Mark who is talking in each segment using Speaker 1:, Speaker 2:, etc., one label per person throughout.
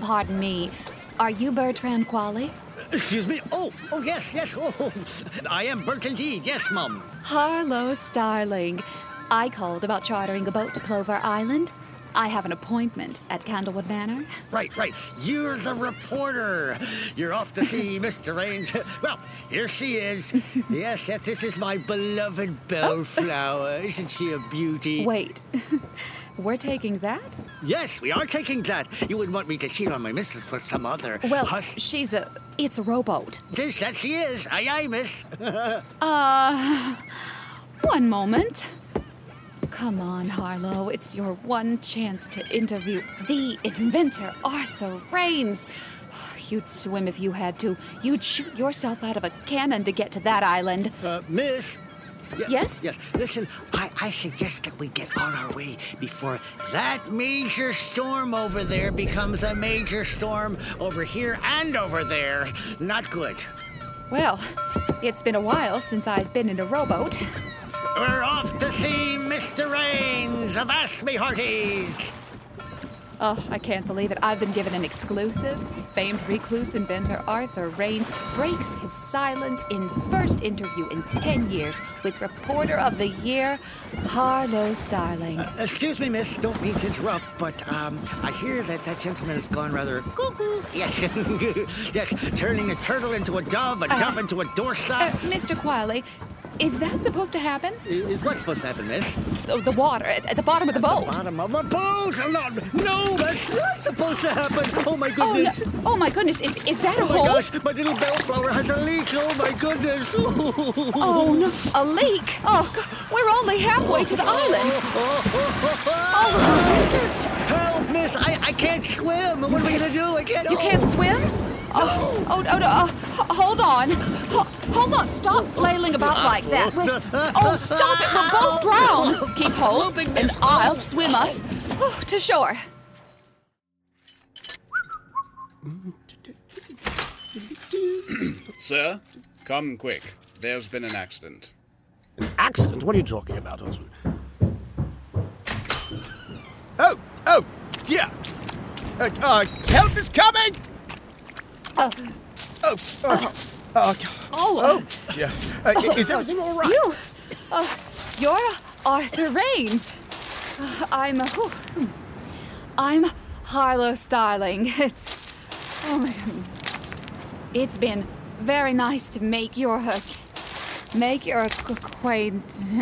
Speaker 1: pardon me. Are you Bertrand Qualley?
Speaker 2: Excuse me? Oh, oh, yes, yes. Oh, I am Bert indeed. Yes, Mum.
Speaker 1: Harlow Starling. I called about chartering a boat to Plover Island. I have an appointment at Candlewood Manor.
Speaker 2: Right, right. You're the reporter. You're off to see Mr. Rains. Well, here she is. yes, yes, this is my beloved bellflower. Isn't she a beauty?
Speaker 1: Wait. We're taking that?
Speaker 2: Yes, we are taking that. You wouldn't want me to cheat on my missus for some other.
Speaker 1: Well,
Speaker 2: hush.
Speaker 1: she's a. It's a rowboat.
Speaker 2: This, that she is. Aye, aye, miss.
Speaker 1: Uh. One moment. Come on, Harlow. It's your one chance to interview the inventor, Arthur Raines. You'd swim if you had to. You'd shoot yourself out of a cannon to get to that island.
Speaker 2: Uh, miss. Ye-
Speaker 1: Yes?
Speaker 2: Yes. Listen, I, I suggest that we get on our way before that major storm over there becomes a major storm over here and over there. Not good.
Speaker 1: Well, it's been a while since I've been in a rowboat.
Speaker 2: We're off to see Mr. Rains of Ask Me Hearties.
Speaker 1: Oh, I can't believe it. I've been given an exclusive. Famed recluse inventor Arthur Raines breaks his silence in first interview in 10 years with reporter of the year, Harlow Starling.
Speaker 2: Excuse me, miss. Don't mean to interrupt, but um, I hear that that gentleman has gone rather cuckoo. Yes, yes, turning a turtle into a dove, a dove into a
Speaker 1: Uh,
Speaker 2: doorstop.
Speaker 1: Mr. Quiley, is that supposed to happen?
Speaker 2: I- Is what's supposed to happen, miss?
Speaker 1: The, the water at, at the bottom of the boat.
Speaker 2: Bottom of the boat! Oh, No, no, that's not supposed to happen! Oh my
Speaker 1: oh, no.
Speaker 2: goodness!
Speaker 1: oh my goodness, is, is that a
Speaker 2: Oh my
Speaker 1: hole?
Speaker 2: gosh, my little bellflower has a leak! Oh my goodness!
Speaker 1: Oh no, a leak. Oh, God. we're only halfway to the island.
Speaker 2: oh,
Speaker 1: Oh, research.
Speaker 2: Help, miss! I, I can't swim! What are we gonna do? I can't.
Speaker 1: You can't
Speaker 2: oh.
Speaker 1: swim? Oh, oh, oh, no, uh, h- hold on. Ho- hold on, stop flailing about like that. Wait. Oh, stop it, we'll both drown. Keep hold,
Speaker 2: Looping
Speaker 1: and
Speaker 2: this.
Speaker 1: I'll swim us oh, to shore.
Speaker 3: Sir, come quick. There's been an accident.
Speaker 4: Accident? What are you talking about, Osman? Oh, oh, dear. Uh, uh, help is coming! Oh, oh, oh,
Speaker 1: Oh,
Speaker 4: oh, dear. Uh, i- is everything all
Speaker 2: Oh.
Speaker 4: right?
Speaker 1: You, uh, you're Arthur Raines. Uh, I'm, uh, whew, hmm. I'm Harlow Starling. It's, oh my God. It's been very nice to make your hook, make your ac- acquaintance.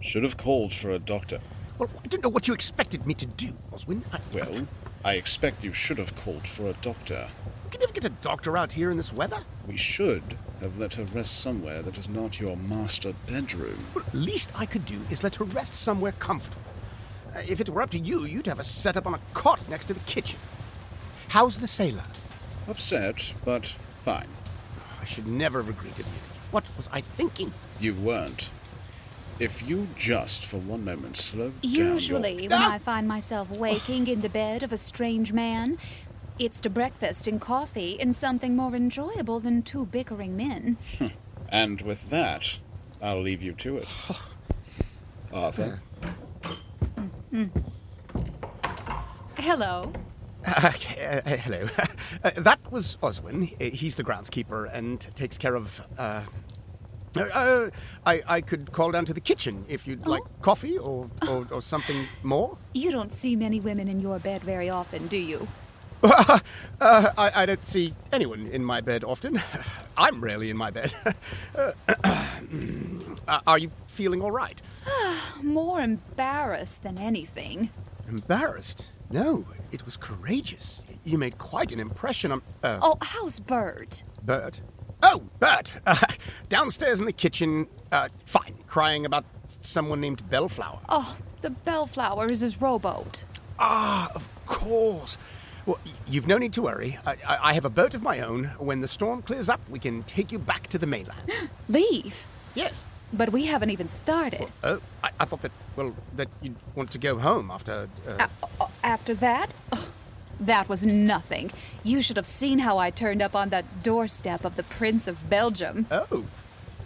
Speaker 3: Should have called for a doctor.
Speaker 4: Well, I don't know what you expected me to do, Oswin. I,
Speaker 3: Well, I expect you should have called for a doctor.
Speaker 4: we can never get a doctor out here in this weather.
Speaker 3: We should have let her rest somewhere that is not your master bedroom.
Speaker 4: Well, least I could do is let her rest somewhere comfortable. Uh, if it were up to you, you'd have her set up on a cot next to the kitchen. How's the sailor?
Speaker 3: Upset, but fine.
Speaker 4: I should never have agreed to it. What was I thinking?
Speaker 3: You weren't. If you just for one moment slow down.
Speaker 1: Usually,
Speaker 3: Your...
Speaker 1: when I find myself waking in the bed of a strange man, it's to breakfast and coffee and something more enjoyable than two bickering men.
Speaker 3: And with that, I'll leave you to it. Arthur,
Speaker 1: Hello.
Speaker 4: Okay, uh, hello. Uh, that was Oswin. Uh, He's the groundskeeper and takes care of. Uh, uh, uh, I, I could call down to the kitchen if you'd like coffee or, or, or something more.
Speaker 1: You don't see many women in your bed very often, do you?
Speaker 4: Uh, I, I don't see anyone in my bed often. I'm rarely in my bed. Uh, uh, are you feeling all right?
Speaker 1: More embarrassed than anything.
Speaker 4: Embarrassed? No, it was courageous. You made quite an impression on. Uh,
Speaker 1: Oh, how's Bert?
Speaker 4: Bert? Oh, Bert! Uh, downstairs in the kitchen, uh, fine, crying about someone named Bellflower.
Speaker 1: Oh, the bellflower is his rowboat.
Speaker 4: Ah, of course. Well, y- you've no need to worry. I, I, I have a boat of my own. When the storm clears up, we can take you back to the mainland.
Speaker 1: Leave.
Speaker 4: yes.
Speaker 1: But we haven't even started.
Speaker 4: Oh, I, I thought that, well, that you'd want to go home after. Uh,
Speaker 1: A- a- After that? Ugh, that was nothing. You should have seen how I turned up on that doorstep of the Prince of Belgium.
Speaker 4: oh.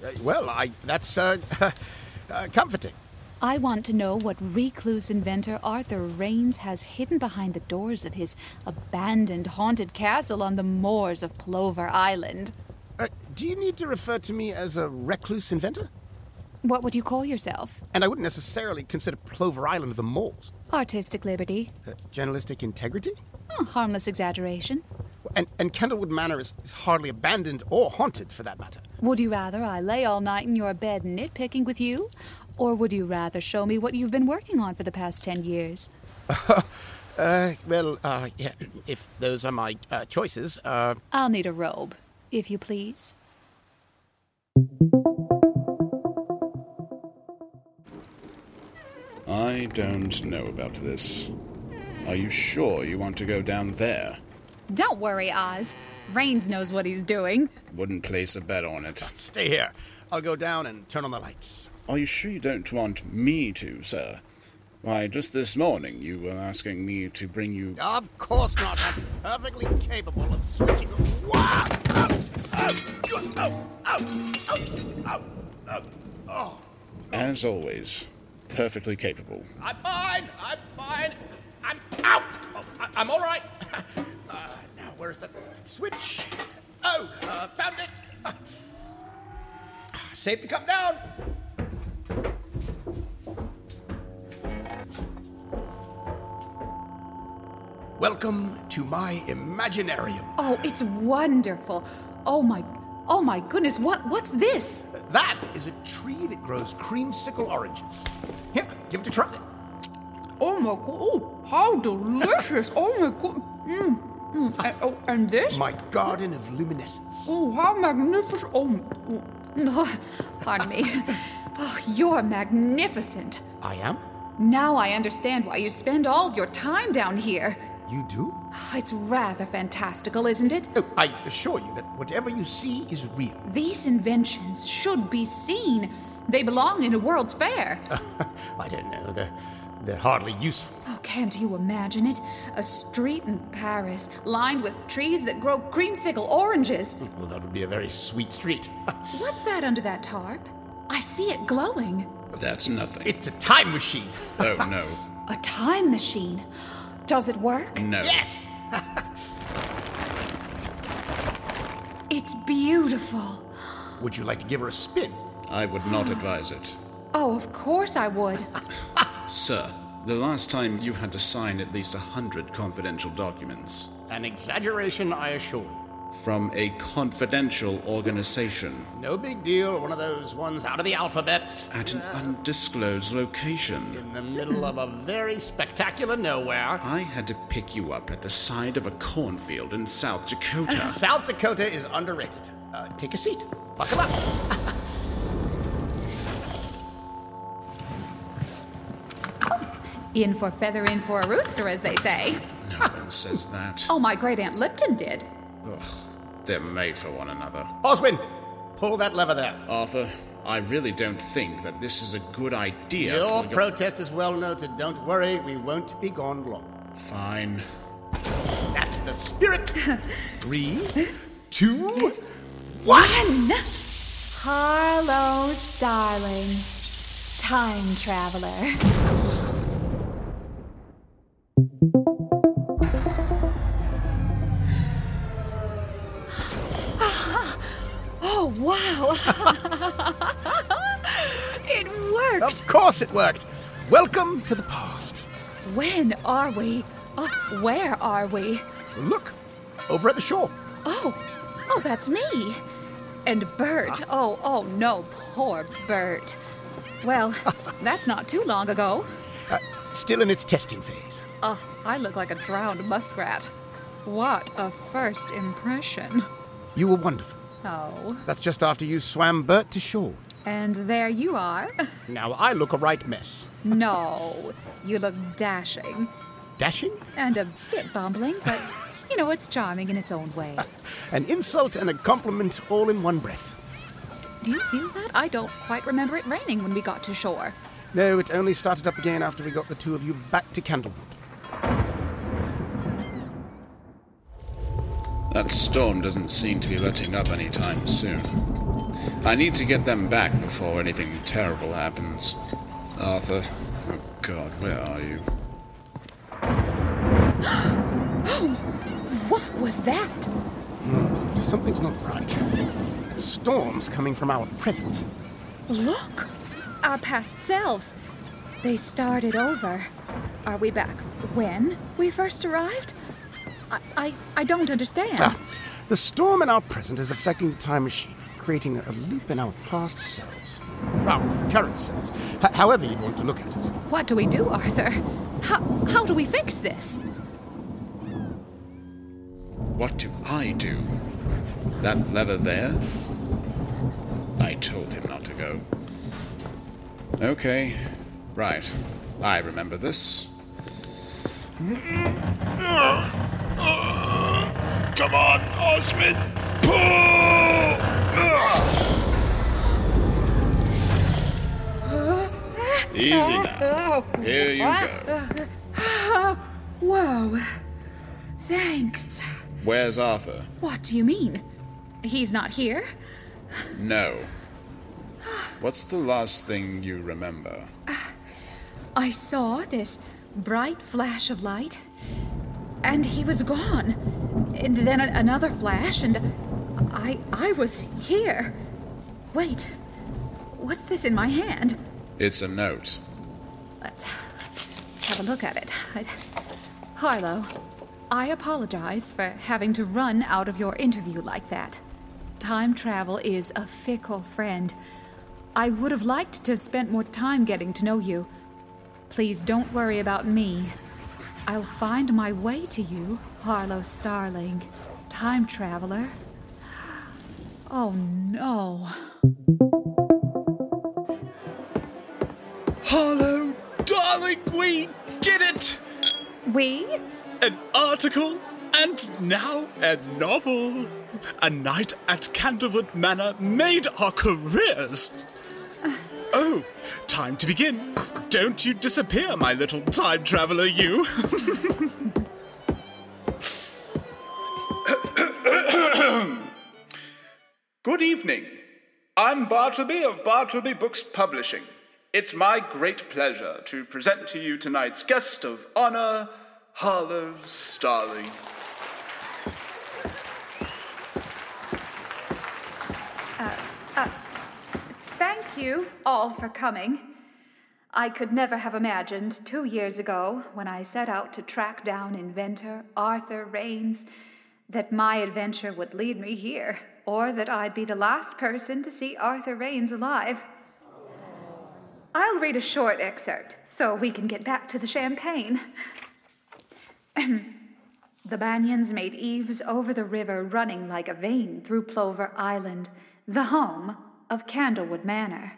Speaker 4: Uh, well, I, that's uh, uh, comforting.
Speaker 1: I want to know what recluse inventor Arthur Raines has hidden behind the doors of his abandoned haunted castle on the moors of Plover Island.
Speaker 4: Uh, do you need to refer to me as a recluse inventor?
Speaker 1: What would you call yourself?
Speaker 4: And I wouldn't necessarily consider Plover Island the moles.
Speaker 1: Artistic liberty?
Speaker 4: Uh, journalistic integrity?
Speaker 1: Oh, harmless exaggeration?
Speaker 4: And, and Candlewood Manor is, is hardly abandoned or haunted, for that matter.
Speaker 1: Would you rather I lay all night in your bed nitpicking with you? Or would you rather show me what you've been working on for the past ten years?
Speaker 4: Uh, well, uh, yeah, if those are my uh, choices, uh,
Speaker 1: I'll need a robe, if you please.
Speaker 3: I don't know about this. Are you sure you want to go down there?
Speaker 1: Don't worry, Oz. Rains knows what he's doing.
Speaker 3: Wouldn't place a bet on it.
Speaker 4: stay here. I'll go down and turn on the lights.
Speaker 3: Are you sure you don't want me to, sir? Why, just this morning you were asking me to bring you.
Speaker 4: Of course not. I'm perfectly capable of switching. Ah! Wow! Ow! Ow! Yes! Ow! Ow! Ow! Ow! Ow! Oh,
Speaker 3: As always, perfectly capable.
Speaker 4: I'm fine. I'm fine. I'm out. Oh, I, I'm all right. Uh, now, where's the switch? Oh, uh, found it. Ah, safe to come down. Welcome to my Imaginarium.
Speaker 1: Oh, it's wonderful. Oh my oh my goodness, what what's this?
Speaker 4: That is a tree that grows creamsicle oranges. Here, give it a try.
Speaker 1: Oh my god, oh, how delicious. oh my god. Mm, mm. And, oh, and this?
Speaker 4: My garden of luminescence.
Speaker 1: Oh, how magnificent. Oh, mm, mm. pardon me. Oh, you're magnificent.
Speaker 4: I am?
Speaker 1: Now I understand why you spend all your time down here.
Speaker 4: You do?
Speaker 1: It's rather fantastical, isn't it?
Speaker 4: Oh, I assure you that whatever you see is real.
Speaker 1: These inventions should be seen. They belong in a World's Fair.
Speaker 4: I don't know. They're, they're hardly useful.
Speaker 1: Oh, can't you imagine it? A street in Paris lined with trees that grow creamsicle oranges.
Speaker 4: Well, that would be a very sweet street.
Speaker 1: What's that under that tarp? I see it glowing.
Speaker 3: That's nothing.
Speaker 4: it's a time machine.
Speaker 3: Oh, no.
Speaker 1: A time machine. Does it work?
Speaker 3: No.
Speaker 4: Yes!
Speaker 1: It's beautiful.
Speaker 4: Would you like to give her a spin?
Speaker 3: I would not advise it.
Speaker 1: Oh, of course I would.
Speaker 3: Sir, the last time you had to sign at least a hundred confidential documents
Speaker 4: An exaggeration, I assure you.
Speaker 3: from a confidential organization
Speaker 4: No big deal. One of those ones out of the alphabet.
Speaker 3: at an undisclosed location.
Speaker 4: In the middle of a very spectacular nowhere.
Speaker 3: I had to pick you up at the side of a cornfield in South Dakota.
Speaker 4: South Dakota is underrated. Uh, take a seat. Buckle up.
Speaker 1: In for feather, in for a rooster, as they say.
Speaker 3: no one says that.
Speaker 1: Oh, my great Aunt Lipton did.
Speaker 3: They're made for one another.
Speaker 4: Oswin, pull that lever there.
Speaker 3: Arthur, I really don't think that this is a good idea.
Speaker 4: Your
Speaker 3: for-
Speaker 4: protest is well noted. Don't worry, we won't be gone long.
Speaker 3: Fine.
Speaker 4: That's the spirit. Three, two,
Speaker 1: One! Harlow Starling, time traveler. Oh, wow! it worked!
Speaker 4: Of course it worked. Welcome to the past.
Speaker 1: When are we? Oh, where are we?
Speaker 4: Look, over at the shore.
Speaker 1: Oh, oh, that's me. And Bert.
Speaker 5: Ah.
Speaker 1: Oh, oh no, poor Bert. Well, that's not too long ago.
Speaker 4: Uh, still in its testing phase.
Speaker 1: Oh, I look like a drowned muskrat. What a first impression.
Speaker 4: You were wonderful.
Speaker 1: Oh,
Speaker 4: That's just after you swam Bert to shore.
Speaker 1: and there you are.
Speaker 4: Now I look a right mess.
Speaker 1: no, you look dashing
Speaker 4: Dashing?
Speaker 1: and a bit bumbling, but you know, it's charming in its own way.
Speaker 4: An insult and a compliment all in one breath.
Speaker 1: Do you feel that? I don't quite remember it raining when we got to shore.
Speaker 4: No, it only started up again after we got the two of you back to Candlewood.
Speaker 3: That storm doesn't seem to be letting up anytime soon. I need to get them back before anything terrible happens. Arthur. Oh, God, where are you?
Speaker 5: What was that?
Speaker 4: Something's not right. That storm's coming from our present.
Speaker 1: Look, our past selves. They started over. Are we back when we first arrived? I, I, I don't understand.
Speaker 4: Ah, the storm in our present is affecting the time machine, creating a loop in our past selves. Our current selves. H- however you want to look at it.
Speaker 1: What do we do, Arthur? How, how do we fix this?
Speaker 3: What do I do? That lever there? I told him not to go. Okay, right. I remember this. Come on, Osmond! Pull! Easy now.
Speaker 5: Oh,
Speaker 3: Here you go.
Speaker 1: Whoa. Thanks.
Speaker 3: Where's Arthur?
Speaker 1: What do you mean? He's not here?
Speaker 3: No. What's the last thing you remember?
Speaker 1: I saw this bright flash of light, and he was gone. And then a- another flash, and I I was here. Wait, what's this in my hand?
Speaker 3: It's a note.
Speaker 1: Let's have a look at it. I, Harlow, I apologize for having to run out of your interview like that. Time travel is a fickle friend. I would have liked to have spent more time getting to know you. Please don't worry about me. I'll find my way to you, Harlow Starling, time traveler. Oh no.
Speaker 6: Harlow, darling, we did it!
Speaker 1: We?
Speaker 6: An article, and now a novel. A night at Candlewood Manor made our careers. Oh, time to begin. Don't you disappear, my little time traveler, you.
Speaker 7: Good evening. I'm Bartleby of Bartleby Books Publishing. It's my great pleasure to present to you tonight's guest of honor, Harlow Starling.
Speaker 1: Thank you all for coming. I could never have imagined two years ago, when I set out to track down inventor Arthur Raines, that my adventure would lead me here, or that I'd be the last person to see Arthur Raines alive. I'll read a short excerpt so we can get back to the champagne. The Banyans made eaves over the river running like a vein through Plover Island, the home of Candlewood Manor.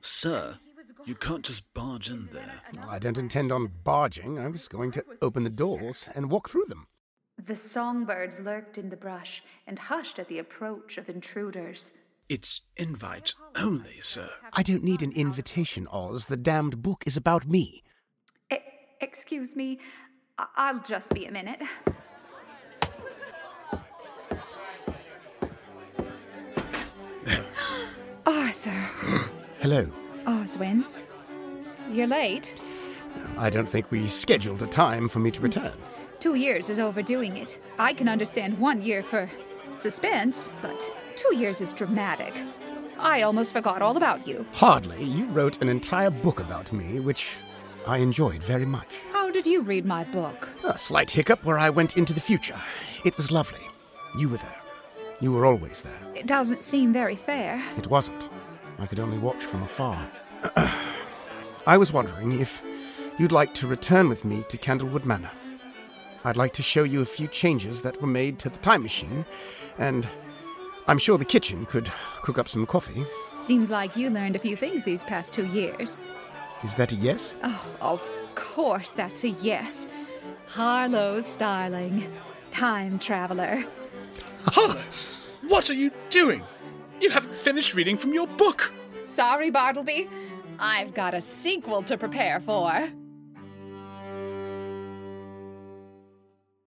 Speaker 6: Sir, you can't just barge in there.
Speaker 4: Well, I don't intend on barging. I was going to open the doors and walk through them.
Speaker 1: The songbirds lurked in the brush and hushed at the approach of intruders.
Speaker 6: It's invite only, sir.
Speaker 4: I don't need an invitation, Oz. The damned book is about me.
Speaker 1: E- excuse me, I- I'll just be a minute. Oh,
Speaker 5: Arthur,
Speaker 4: Hello.
Speaker 1: Oswin,
Speaker 5: you're late.
Speaker 4: I don't think we scheduled a time for me to return.
Speaker 1: two years is overdoing it. I can understand one year for suspense, but two years is dramatic. I almost forgot all about you.
Speaker 4: Hardly. You wrote an entire book about me, which I enjoyed very much.
Speaker 1: How did you read my book?
Speaker 4: A slight hiccup where I went into the future. It was lovely. You were there. You were always there.
Speaker 1: It doesn't seem very fair.
Speaker 4: It wasn't. I could only watch from afar. I was wondering if you'd like to return with me to Candlewood Manor. I'd like to show you a few changes that were made to the time machine, and I'm sure the kitchen could cook up some coffee.
Speaker 1: Seems like you learned a few things these past two years.
Speaker 4: Is that a yes?
Speaker 1: Oh, of course, that's a yes. Harlow Starling, time traveler.
Speaker 6: Harlow, what are you doing? You haven't finished reading from your book.
Speaker 1: Sorry, Bartleby. I've got a sequel to prepare for.